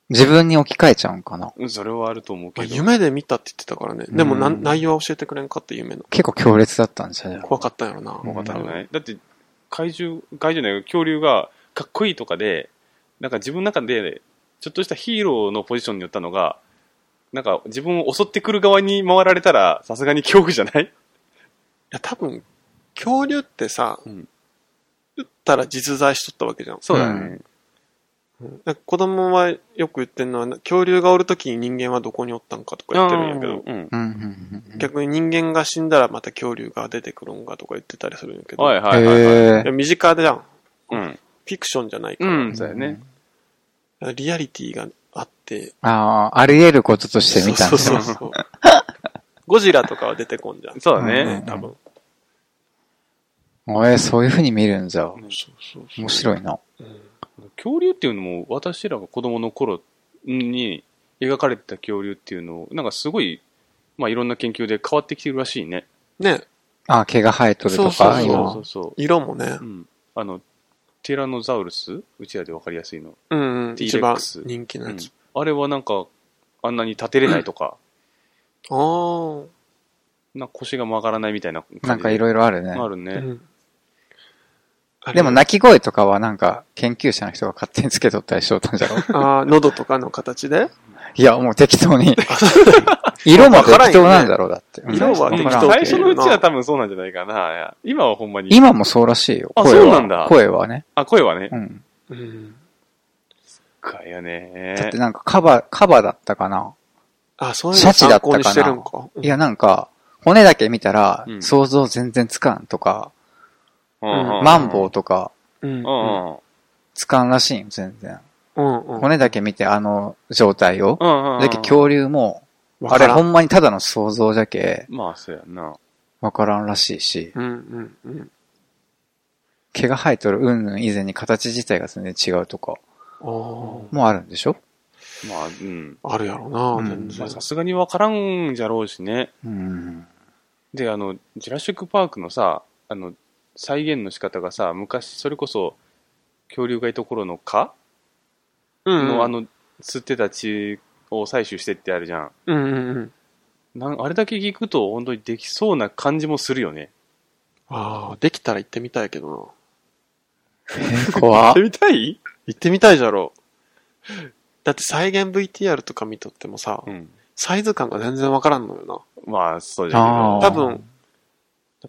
[SPEAKER 2] 自分に置き換えちゃうんかな。
[SPEAKER 1] うんそれはあると思う
[SPEAKER 3] まあ
[SPEAKER 1] けど。
[SPEAKER 3] 夢で見たって言ってたからね。でもな、
[SPEAKER 2] うん
[SPEAKER 3] 内容は教えてくれんかった夢の。
[SPEAKER 2] 結構強烈だったんじゃない
[SPEAKER 3] 怖かったんやろな。怖
[SPEAKER 2] かったんじゃ
[SPEAKER 1] ないだって、怪獣、怪獣じゃない恐竜がかっこいいとかで、なんか自分の中で、ちょっとしたヒーローのポジションに寄ったのが、なんか自分を襲ってくる側に回られたら、さすがに恐怖じゃない
[SPEAKER 3] や、多分、恐竜ってさ、
[SPEAKER 1] うん
[SPEAKER 3] 撃ったら実在しとったわけじゃん。
[SPEAKER 1] そう
[SPEAKER 2] だ
[SPEAKER 1] だ
[SPEAKER 2] ね
[SPEAKER 1] ね。
[SPEAKER 3] うんなんか子供はよく言ってるのは、な恐竜がおるときに人間はどこにおったんかとか言ってるんやけど、
[SPEAKER 1] うん。
[SPEAKER 2] うん、うん、うん。
[SPEAKER 3] 逆に人間が死んだらまた恐竜が出てくるんかとか言ってたりするんやけど、
[SPEAKER 1] はいいはいはいはい。
[SPEAKER 2] へ
[SPEAKER 3] や身近じゃん。
[SPEAKER 1] うん。
[SPEAKER 3] フィクションじゃないか
[SPEAKER 1] う
[SPEAKER 3] ら。
[SPEAKER 1] ん、そうやね。
[SPEAKER 3] リアリティがあって、
[SPEAKER 2] ああ、あり得ることとして見たん
[SPEAKER 3] そ
[SPEAKER 2] で
[SPEAKER 3] う
[SPEAKER 2] す
[SPEAKER 3] そう
[SPEAKER 2] ね。
[SPEAKER 3] そう そう。ゴジラとかは出てこんじゃん。
[SPEAKER 1] そうだ
[SPEAKER 2] うん
[SPEAKER 1] ね。
[SPEAKER 3] 多分。
[SPEAKER 2] おえ、そういう風に見るんじゃ。
[SPEAKER 3] そうそうそう
[SPEAKER 2] 面白いな。
[SPEAKER 3] うん
[SPEAKER 1] 恐竜っていうのも私らが子供の頃に描かれてた恐竜っていうのをなんかすごい、まあ、いろんな研究で変わってきてるらしいね。
[SPEAKER 3] ね、
[SPEAKER 2] あ毛が生えとるとか。
[SPEAKER 3] そう
[SPEAKER 1] そうそうそう。
[SPEAKER 3] 色もね
[SPEAKER 1] う、ん、あのティラノザウルスうちらで分かりやすいの、
[SPEAKER 3] うん、うん、
[SPEAKER 1] T-Rex
[SPEAKER 3] 一番人気の
[SPEAKER 1] う
[SPEAKER 3] や
[SPEAKER 1] ん
[SPEAKER 3] つ。
[SPEAKER 1] あれはなんかあんなに立てれないとか
[SPEAKER 3] あー
[SPEAKER 1] なんか腰が曲がらないみたいな感じで
[SPEAKER 2] なんかいろいろあるね。
[SPEAKER 1] ある
[SPEAKER 3] う
[SPEAKER 1] ね、
[SPEAKER 3] んあれ
[SPEAKER 2] でも鳴き声とかはなんか研究者の人が勝手につけとったりしとったんじゃ ろ
[SPEAKER 3] あー喉とかの形 で
[SPEAKER 2] いや、もう適当に。色も適当なんだろう、だって。うん
[SPEAKER 3] 色は
[SPEAKER 1] うん
[SPEAKER 3] 適
[SPEAKER 2] わからん
[SPEAKER 3] 当
[SPEAKER 1] 最初のうちは多分そうなんじゃないかな今はほんまに
[SPEAKER 2] 今もそうらしいよ。
[SPEAKER 1] あ
[SPEAKER 2] 声は
[SPEAKER 1] そうなんだ
[SPEAKER 2] 声はね。
[SPEAKER 1] あ声はね
[SPEAKER 2] うん。
[SPEAKER 3] うん。
[SPEAKER 1] かやね
[SPEAKER 2] だってなんかカバ、カバだったかな。
[SPEAKER 3] あ、そういう
[SPEAKER 2] シ
[SPEAKER 3] の
[SPEAKER 2] ャチだ
[SPEAKER 3] 参
[SPEAKER 2] ったか
[SPEAKER 3] 考
[SPEAKER 2] な
[SPEAKER 3] にしてるんか。うん
[SPEAKER 2] いや、なんか、骨だけ見たら
[SPEAKER 1] う、ん
[SPEAKER 2] 想像全然つかんとか、
[SPEAKER 1] うんうんうん
[SPEAKER 2] マンボウとか、
[SPEAKER 3] うん
[SPEAKER 1] う。んうん
[SPEAKER 2] つかんらしいよ、全然。
[SPEAKER 3] うんうん。
[SPEAKER 2] 骨だけ見て、あの状態を。
[SPEAKER 1] うんうん
[SPEAKER 2] だけ恐竜も、
[SPEAKER 3] わ
[SPEAKER 2] あ
[SPEAKER 3] か
[SPEAKER 2] れ
[SPEAKER 3] らん
[SPEAKER 2] ほんまにただの想像じゃけ、
[SPEAKER 1] まあそうやな
[SPEAKER 2] わからんらしいし、
[SPEAKER 3] うんうんうん。
[SPEAKER 2] 毛が生えとるうんぬん以前に形自体が全然違うとか、
[SPEAKER 3] あ
[SPEAKER 2] もあるんでしょ
[SPEAKER 1] まあうん
[SPEAKER 3] あ、あるやろな、
[SPEAKER 2] うん
[SPEAKER 3] 全
[SPEAKER 1] ま
[SPEAKER 3] 然
[SPEAKER 1] あ。さすがに分からんじゃろうしね
[SPEAKER 2] うん。
[SPEAKER 1] で、あの、ジュラシック・パークのさ、あの、再現の仕方がさ、昔、それこそ、恐竜がいた頃の蚊
[SPEAKER 3] うんうん
[SPEAKER 1] の、あ、の、吸ってた血を採取してってあるじゃん。
[SPEAKER 3] うんうんうん。
[SPEAKER 1] なんあれだけ聞くと、本当にできそうな感じもするよね。
[SPEAKER 3] ああ、できたら行ってみたいけどな。
[SPEAKER 2] えー、怖っ
[SPEAKER 1] やってみたい
[SPEAKER 3] 行ってみたいじゃろだって再現 VTR とか見とってもさ、
[SPEAKER 1] うん。
[SPEAKER 3] サイズ感が全然わからんのよな。
[SPEAKER 1] まあ、そうじゃ
[SPEAKER 2] あー
[SPEAKER 3] 多分、な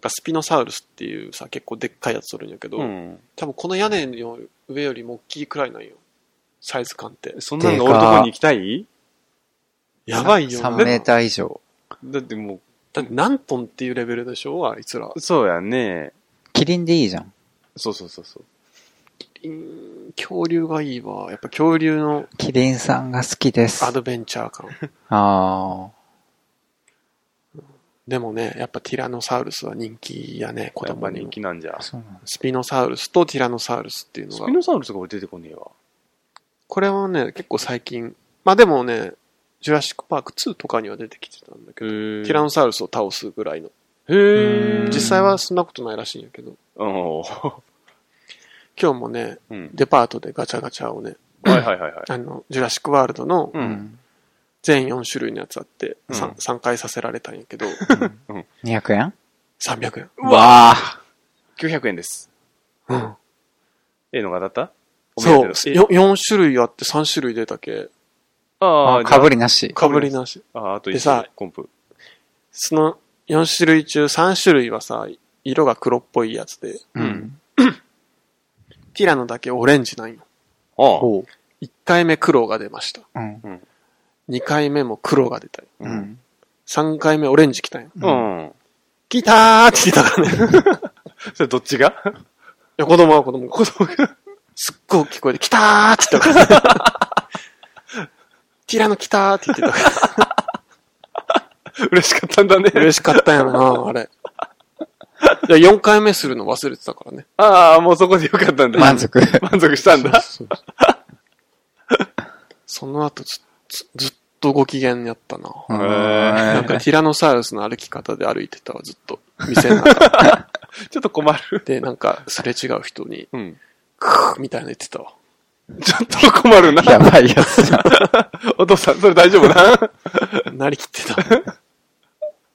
[SPEAKER 3] んかスピノサウルスっていうさ、結構でっかいやつおるんやけ
[SPEAKER 1] け
[SPEAKER 3] ど、
[SPEAKER 1] ど。うん。
[SPEAKER 3] 多分この屋根の上よりも大きいくらいなんよ。サイズ感って。
[SPEAKER 1] そんなのが俺のとこに行きたい
[SPEAKER 3] やばいよな。
[SPEAKER 2] 3メーター以上。
[SPEAKER 1] だっても
[SPEAKER 3] だって何トンっていうレベルでしょあいつら
[SPEAKER 1] う、。そうやね。
[SPEAKER 2] キリンでいいじゃん。
[SPEAKER 1] そうそうそうそう。
[SPEAKER 3] うーん恐竜がいいわ。やっぱ恐竜の
[SPEAKER 2] キリンさんが好きです。
[SPEAKER 3] ア
[SPEAKER 2] あ
[SPEAKER 3] ドベンチャ ー感。
[SPEAKER 2] あ
[SPEAKER 3] でもね、やっぱティラノサウルスは人気やね、子
[SPEAKER 1] やっ
[SPEAKER 3] 供
[SPEAKER 1] ぱ
[SPEAKER 3] に
[SPEAKER 1] 人
[SPEAKER 3] も。
[SPEAKER 1] 気なんじゃ
[SPEAKER 2] ー。。そうなんだ
[SPEAKER 3] スピノサウルスとティラノサウルスっていうの
[SPEAKER 1] ス
[SPEAKER 3] が
[SPEAKER 1] ピ。ノサウルスが俺出てこねえわ。
[SPEAKER 3] これはね、結構最近。まあでもね、ジュラシックパーク2とかには出てきてたんだけ
[SPEAKER 1] へ
[SPEAKER 3] ど、
[SPEAKER 1] ぇ
[SPEAKER 3] ティラノサウルスを倒すぐらいの。
[SPEAKER 1] へぇ
[SPEAKER 2] うん
[SPEAKER 3] 実際はそんなことないらしいんやけど、
[SPEAKER 1] うん。
[SPEAKER 3] 今日もね、
[SPEAKER 1] うん。
[SPEAKER 3] デパートでガチャガチャをね、
[SPEAKER 1] はいはいはいはい。
[SPEAKER 3] あの、ジュラシックワールドの
[SPEAKER 1] う。
[SPEAKER 2] うんん。
[SPEAKER 3] 全4種類のやつあって、
[SPEAKER 1] うん
[SPEAKER 3] 3, 回させられたんやけど、
[SPEAKER 2] 200円
[SPEAKER 3] 300円。
[SPEAKER 2] わあ
[SPEAKER 1] 900円です。
[SPEAKER 3] うん。
[SPEAKER 1] ええのが当たった
[SPEAKER 3] そう、
[SPEAKER 1] よ
[SPEAKER 3] よ4種類あって3種類出たけ、
[SPEAKER 1] ああ、
[SPEAKER 2] か
[SPEAKER 1] かぶ
[SPEAKER 2] ぶりなし。
[SPEAKER 3] かぶりなし。
[SPEAKER 1] あ、あと
[SPEAKER 3] で
[SPEAKER 1] 一
[SPEAKER 3] さ
[SPEAKER 1] 個コンプ。
[SPEAKER 3] その4種類中3種類はさ、色が黒っぽいやつで、
[SPEAKER 1] う
[SPEAKER 2] うんん。
[SPEAKER 3] ティラノだけオレンジなんよ。
[SPEAKER 1] ああ
[SPEAKER 2] おう。
[SPEAKER 3] 1回目黒が出ました。
[SPEAKER 2] うん。
[SPEAKER 3] 2回目も黒が出たり。
[SPEAKER 1] う。
[SPEAKER 2] うんん。
[SPEAKER 3] 3回目オレンジ来たんよ。
[SPEAKER 1] う。ん。
[SPEAKER 3] 来たーって来た からね。い
[SPEAKER 1] それどっちが
[SPEAKER 3] や、子供は子供が。子供が。すっごい聞こえて、来たーって言ったから、ね。 ティラノ来たーって言ってたから。
[SPEAKER 1] 嬉しかったんだね。
[SPEAKER 3] 嬉しかったんやろな、あ れ。いや、4回目するの忘れてたからね。
[SPEAKER 1] ああ、もうそこでよかったんだ。
[SPEAKER 2] 満。足。
[SPEAKER 1] 満足したんだ。
[SPEAKER 3] そうそうそうその後ず、ずずっとご機嫌やったな。
[SPEAKER 2] う
[SPEAKER 3] な
[SPEAKER 2] ん
[SPEAKER 3] んかティラノサウルスの歩き方で歩いてたわ、ずっと。店の中
[SPEAKER 1] ちょっと困る。
[SPEAKER 3] で、なんかすれ違う人に、
[SPEAKER 1] うん。
[SPEAKER 3] クーみたいなの言ってたわ。
[SPEAKER 1] ちょっと困るな。
[SPEAKER 2] やばいやつじゃん。
[SPEAKER 1] お父さん、それ大丈夫な
[SPEAKER 3] なりき ってた。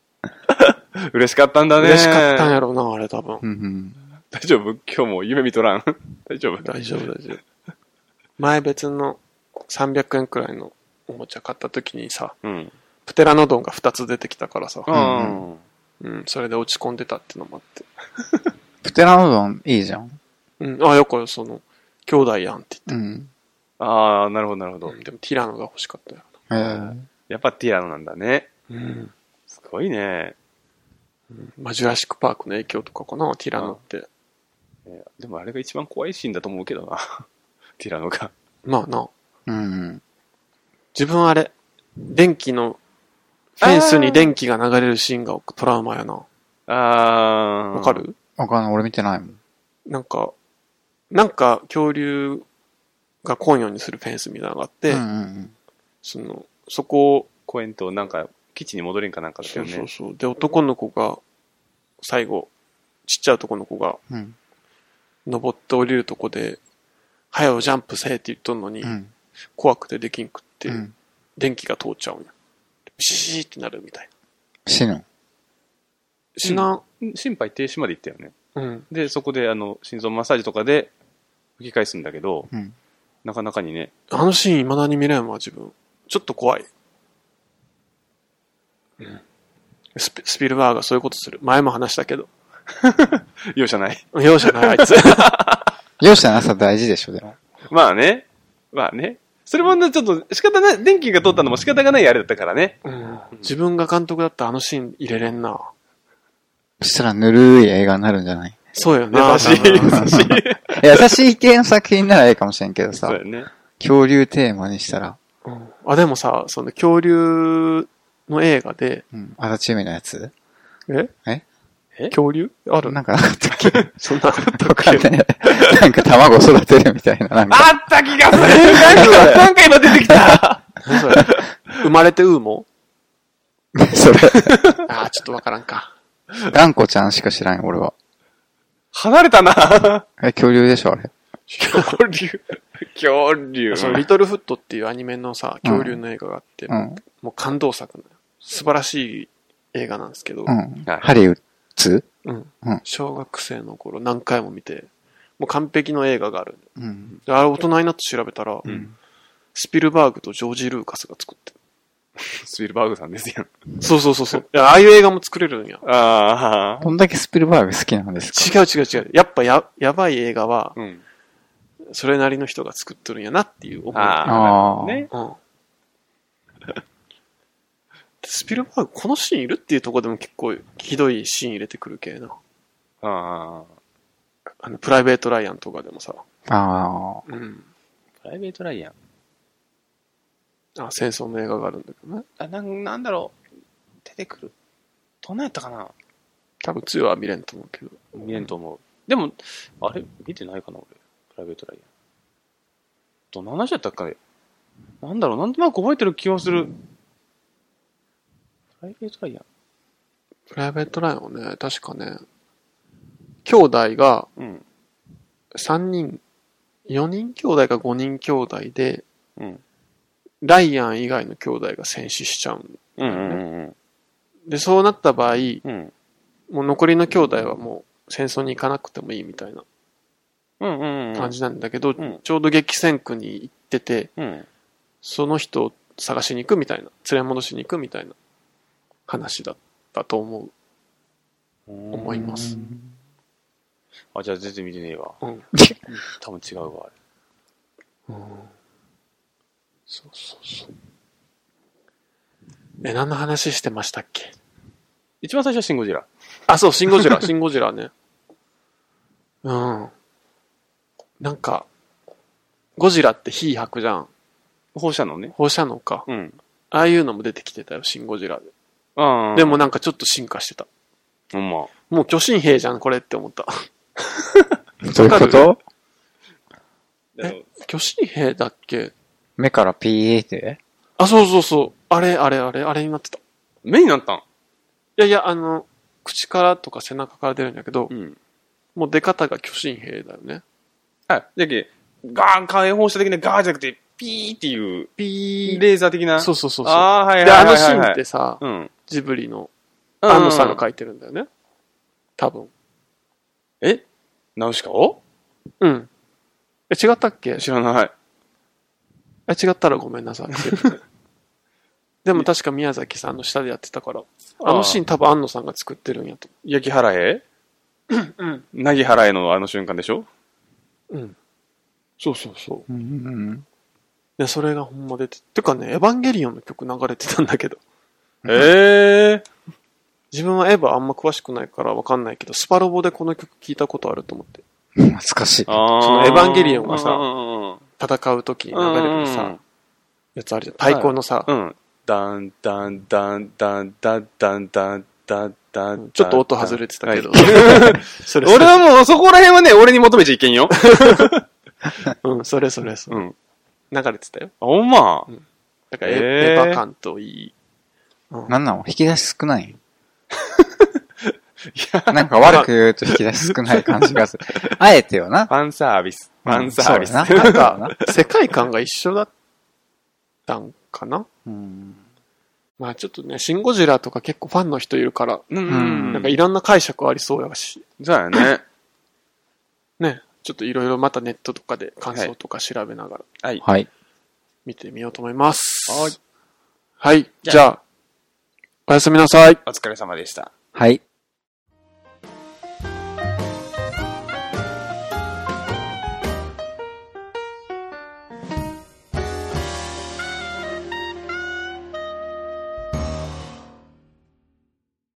[SPEAKER 1] 嬉しかったんだね。
[SPEAKER 3] 嬉しかったん
[SPEAKER 1] ん
[SPEAKER 3] やろうな、あれ多分。
[SPEAKER 2] うんうん。
[SPEAKER 1] 大丈夫今日も夢見とらん 大丈夫
[SPEAKER 3] 大丈夫、大丈夫。前別の300円くらいのおもちゃ買った時にさ、
[SPEAKER 1] うん。
[SPEAKER 3] プテラノドンが2つ出てきたからさ、
[SPEAKER 1] うん。
[SPEAKER 3] うん、それで落ち込んでたってのもあって。
[SPEAKER 2] プテラノドンいいじゃん。
[SPEAKER 3] うん、あ、よくその、兄弟やんって言って。
[SPEAKER 2] うん。
[SPEAKER 1] ああ、なるほど、なるほど。
[SPEAKER 3] でもティラノが欲しかったよ。
[SPEAKER 2] えー
[SPEAKER 1] やっぱティアノなんだね。
[SPEAKER 3] うん。
[SPEAKER 1] すごいね。
[SPEAKER 3] まあ、ジュラシックパークの影響とかかな、ティラノって。
[SPEAKER 1] えでもあれが一番怖いシーンだと思うけどな。 ティラノが。
[SPEAKER 3] まあな、
[SPEAKER 2] うん。
[SPEAKER 3] 自分あれ、電気の、フェンスに電気が流れるシーンがトラウマやな。
[SPEAKER 1] あー。
[SPEAKER 3] わかる
[SPEAKER 2] わかんない。俺見てないもん。
[SPEAKER 3] なんか、なんか恐竜がコンヨにするフェンスみたいなのがあって、
[SPEAKER 2] うんうん
[SPEAKER 3] その、そこを、
[SPEAKER 1] 公園となんか、基地に戻れんかなんかだった
[SPEAKER 3] そ
[SPEAKER 1] よ
[SPEAKER 3] う
[SPEAKER 1] ね。
[SPEAKER 3] そうそう。で、男の子が、最後、ちっちゃい男の子が、
[SPEAKER 2] うん。うん
[SPEAKER 3] 登って降りるとこで、早よジャンプせえって言っとんのに、
[SPEAKER 2] うん。
[SPEAKER 3] 怖くてできんくって、
[SPEAKER 2] うん。
[SPEAKER 3] 電気が通っちゃうんや。ピシーってなるみたいな。
[SPEAKER 2] 死ぬ。
[SPEAKER 3] 死な、
[SPEAKER 1] うん心肺停止まで行ったよね。
[SPEAKER 3] うん、
[SPEAKER 1] で、そこで、あの、心臓マッサージとかで吹き返すんだけど、
[SPEAKER 2] うん。
[SPEAKER 1] なかなかにね、
[SPEAKER 3] あのシーン未だに見れんわ、自分。ちょっと怖い。スピスピルバーがそういうことする。前も話したけど。
[SPEAKER 1] 容赦ない。
[SPEAKER 3] 容赦 ない、あいつ。
[SPEAKER 2] 容赦の朝大事でしょ、でも。
[SPEAKER 1] まあね。まあね。それもね、ちょっと仕方ない、電気が通ったのも仕方がないあれだったからね。
[SPEAKER 3] うん自分が監督だったらあのシーン入れれんな。
[SPEAKER 2] そしたらぬるい映画になるんじゃない
[SPEAKER 3] そうよ
[SPEAKER 1] 優
[SPEAKER 3] な。
[SPEAKER 1] しい、
[SPEAKER 3] 多分
[SPEAKER 1] 優しい。
[SPEAKER 2] いや優しい系の作品ならいいかもしれんけどさ
[SPEAKER 1] そう、だよね。
[SPEAKER 2] 恐竜テーマにしたら、
[SPEAKER 3] うん あ、でもさ、その恐竜の映画で、
[SPEAKER 2] うん、足立由美のやつ
[SPEAKER 3] え
[SPEAKER 2] え
[SPEAKER 3] 恐竜ある
[SPEAKER 2] なんかなかったっけ
[SPEAKER 3] そんな。
[SPEAKER 2] わかんない。なんか卵育てるみたいな、なんか。
[SPEAKER 1] あった気がするなんか、なんか今出てきた
[SPEAKER 3] 何 それ生まれてウーモ
[SPEAKER 2] それ、
[SPEAKER 3] ああ、ちょっとわからんか。
[SPEAKER 2] ガンコちゃんしか知らんよ、俺は。
[SPEAKER 1] 離れた な
[SPEAKER 2] え、恐竜でしょ、あれ。
[SPEAKER 1] 恐竜。恐竜。
[SPEAKER 3] そのリトルフットっていうアニメのさ、恐竜の映画があって、
[SPEAKER 2] うん。
[SPEAKER 3] もう感動作なのよ素晴らしい映画なんですけど、
[SPEAKER 2] うん。
[SPEAKER 1] はい
[SPEAKER 2] ハリウッズ
[SPEAKER 3] うん
[SPEAKER 2] うん
[SPEAKER 3] 小学生の頃何回も見て、もう完璧の映画がある。
[SPEAKER 2] うん。
[SPEAKER 3] であれ大人になって調べたら、
[SPEAKER 1] ん
[SPEAKER 3] スピルバーグとジョージ・ルーカスが作ってる
[SPEAKER 1] スピルバーグさんですよ。
[SPEAKER 3] そうそうそうそう。いやああいう映画も作れるんや。
[SPEAKER 1] ああ。
[SPEAKER 2] どんだけスピルバーグ好きなんですか
[SPEAKER 3] 違う違う違う。やっぱや、やばい映画は、
[SPEAKER 1] うん。
[SPEAKER 3] それなりの人が作っとるんやなっていう思い。
[SPEAKER 1] あ
[SPEAKER 2] あ
[SPEAKER 1] あ。
[SPEAKER 2] ー
[SPEAKER 1] ね。
[SPEAKER 3] うん。スピルバーグ、このシーンいるっていうところでも結構ひどいシーン入れてくる系な。
[SPEAKER 1] ああ。
[SPEAKER 3] あの、プライベート・ライアンとかでもさ、
[SPEAKER 2] ああ。
[SPEAKER 3] うん。
[SPEAKER 1] プライベートライアン。
[SPEAKER 3] あ、戦争の映画があるんだけどね。
[SPEAKER 1] あ、なんなんだろう。出てくる。どんなんやったかな
[SPEAKER 3] 多分、2は見れんと思うけど。
[SPEAKER 1] 見れんと思う。でも、あれ見てないかな俺。プライベートライアン。どんな話だったっけなんだろうなんとなく覚えてる気がする。プライベートライアン。
[SPEAKER 3] プライベート・ライアンはね、確かね、兄弟が
[SPEAKER 1] うん。
[SPEAKER 3] 3人、4人兄弟か5人兄弟で、
[SPEAKER 1] うん。
[SPEAKER 3] ライアン以外の兄弟が戦死しちゃうん
[SPEAKER 1] うんうん
[SPEAKER 3] で、そうなった場合、
[SPEAKER 1] うん。うん。
[SPEAKER 3] もう残りの兄弟はもう戦争に行かなくてもいいみたいな
[SPEAKER 1] うんうんうん。
[SPEAKER 3] 感じなんだけど、
[SPEAKER 1] ん
[SPEAKER 3] ちょうど激戦区に行ってて、
[SPEAKER 1] うん。
[SPEAKER 3] その人を探しに行くみたいな、連れ戻しに行くみたいな話だったと思う。思います。
[SPEAKER 1] あ、じゃあ全然見てねえわ。
[SPEAKER 3] うん。
[SPEAKER 1] 多分違うわ、あれ。
[SPEAKER 3] そうそうそう。え、何の話してましたっけ
[SPEAKER 1] 一番最初はシン・ゴジラ。
[SPEAKER 3] あ、そう、シン・ゴジラ、シン・ゴジラね。うん。なんか、ゴジラって火吐くじゃん。
[SPEAKER 1] 放射能ね。
[SPEAKER 3] 放射能か。
[SPEAKER 1] うん。
[SPEAKER 3] ああいうのも出てきてたよ、シン・ゴジラで。
[SPEAKER 1] ああ。
[SPEAKER 3] でも、なんかちょっと進化してた。
[SPEAKER 1] ほんま。
[SPEAKER 3] もう巨神兵じゃん、これって思った。
[SPEAKER 2] どういうこと
[SPEAKER 1] え
[SPEAKER 3] 巨神兵だっけ
[SPEAKER 2] 目からピーって。
[SPEAKER 3] あ、そうそうそう。あれ、あれ、あれ、あれになってた。い
[SPEAKER 1] 目になったん
[SPEAKER 3] やいや、あの、口からとか背中から出るんだけど、
[SPEAKER 1] ん。
[SPEAKER 3] もう出方が巨神兵だよね。
[SPEAKER 1] はい。じゃけ、ガーン、解放射的なガーンじゃなくて、ピーっていう、
[SPEAKER 3] ピー
[SPEAKER 1] レーザー的な。
[SPEAKER 3] そううそうそうそう。
[SPEAKER 1] ああ、はい
[SPEAKER 3] で、
[SPEAKER 1] は
[SPEAKER 3] あ
[SPEAKER 1] いはい
[SPEAKER 3] のシ
[SPEAKER 1] はい、
[SPEAKER 3] ーン
[SPEAKER 1] はい。
[SPEAKER 3] ってさ、
[SPEAKER 1] うん。
[SPEAKER 3] ジブリの
[SPEAKER 1] うん
[SPEAKER 3] 安野さんが書いてるんだよね。多分。
[SPEAKER 1] えナウシカを
[SPEAKER 3] うん。え、違ったっけ
[SPEAKER 1] 知らない。
[SPEAKER 3] え、違ったらごめ んなさい。でも確か宮崎さんの下でやってたから、あのシーン多分安野さんが作ってるんやと。
[SPEAKER 1] 焼き払え
[SPEAKER 3] うん。
[SPEAKER 1] なぎ払えのあの瞬間でしょ
[SPEAKER 3] うん。そうそうそう。
[SPEAKER 2] うん。
[SPEAKER 3] で、それがほんま出て、てかね、エヴァンゲリオンの曲流れてたんだけど、
[SPEAKER 1] ええ
[SPEAKER 3] 自分はエヴァあんま詳しくないからわかんないけど、スパロボでこの曲聞いたことあると思って。
[SPEAKER 2] 懐かしい。
[SPEAKER 1] あー
[SPEAKER 3] そのエヴァンゲリオンがさ
[SPEAKER 1] うん
[SPEAKER 3] 戦う時に流れ
[SPEAKER 1] う
[SPEAKER 3] る
[SPEAKER 1] んうんう
[SPEAKER 3] さ
[SPEAKER 1] ん、
[SPEAKER 3] やつあるじゃん。太鼓のさ、
[SPEAKER 1] うんうん。うん。ダンダンダンダンダンダンダンダンダン。
[SPEAKER 3] ちょっと音外れてたけど
[SPEAKER 1] はい。
[SPEAKER 3] それそ
[SPEAKER 1] 俺
[SPEAKER 3] れ、
[SPEAKER 1] はもうそこら辺はね、俺に求めちゃいけんよ。
[SPEAKER 3] うん、それそれそれ。
[SPEAKER 1] うん。
[SPEAKER 3] 流れてたよ。
[SPEAKER 1] あ、ほんま。
[SPEAKER 3] だから
[SPEAKER 1] へ
[SPEAKER 3] エ、エ
[SPEAKER 1] ー
[SPEAKER 3] ヴァ感といい。
[SPEAKER 2] なんなの引き出し少ないなんか悪く言うと引き出し少ない感じがする。あえてよな。
[SPEAKER 1] ファンサービス。ファンサービス。
[SPEAKER 2] うんそうだな。なんかな。
[SPEAKER 3] 世界観が一緒だったんかな
[SPEAKER 2] うん。
[SPEAKER 3] まあちょっとね、シン・ゴジラとか結構ファンの人いるから、
[SPEAKER 1] う
[SPEAKER 2] うん
[SPEAKER 3] なん
[SPEAKER 1] ん
[SPEAKER 3] かいろんな解釈ありそうやし、
[SPEAKER 1] そうやね。
[SPEAKER 3] ね、ちょっといろいろまたネットとかで感想とか調べながら
[SPEAKER 1] はい。
[SPEAKER 2] はい。
[SPEAKER 3] 見てみようと思います。
[SPEAKER 1] はい。
[SPEAKER 3] はい。
[SPEAKER 1] じゃあ
[SPEAKER 3] じゃあ、おやすみなさい。
[SPEAKER 1] お疲れ様でした。
[SPEAKER 2] はい。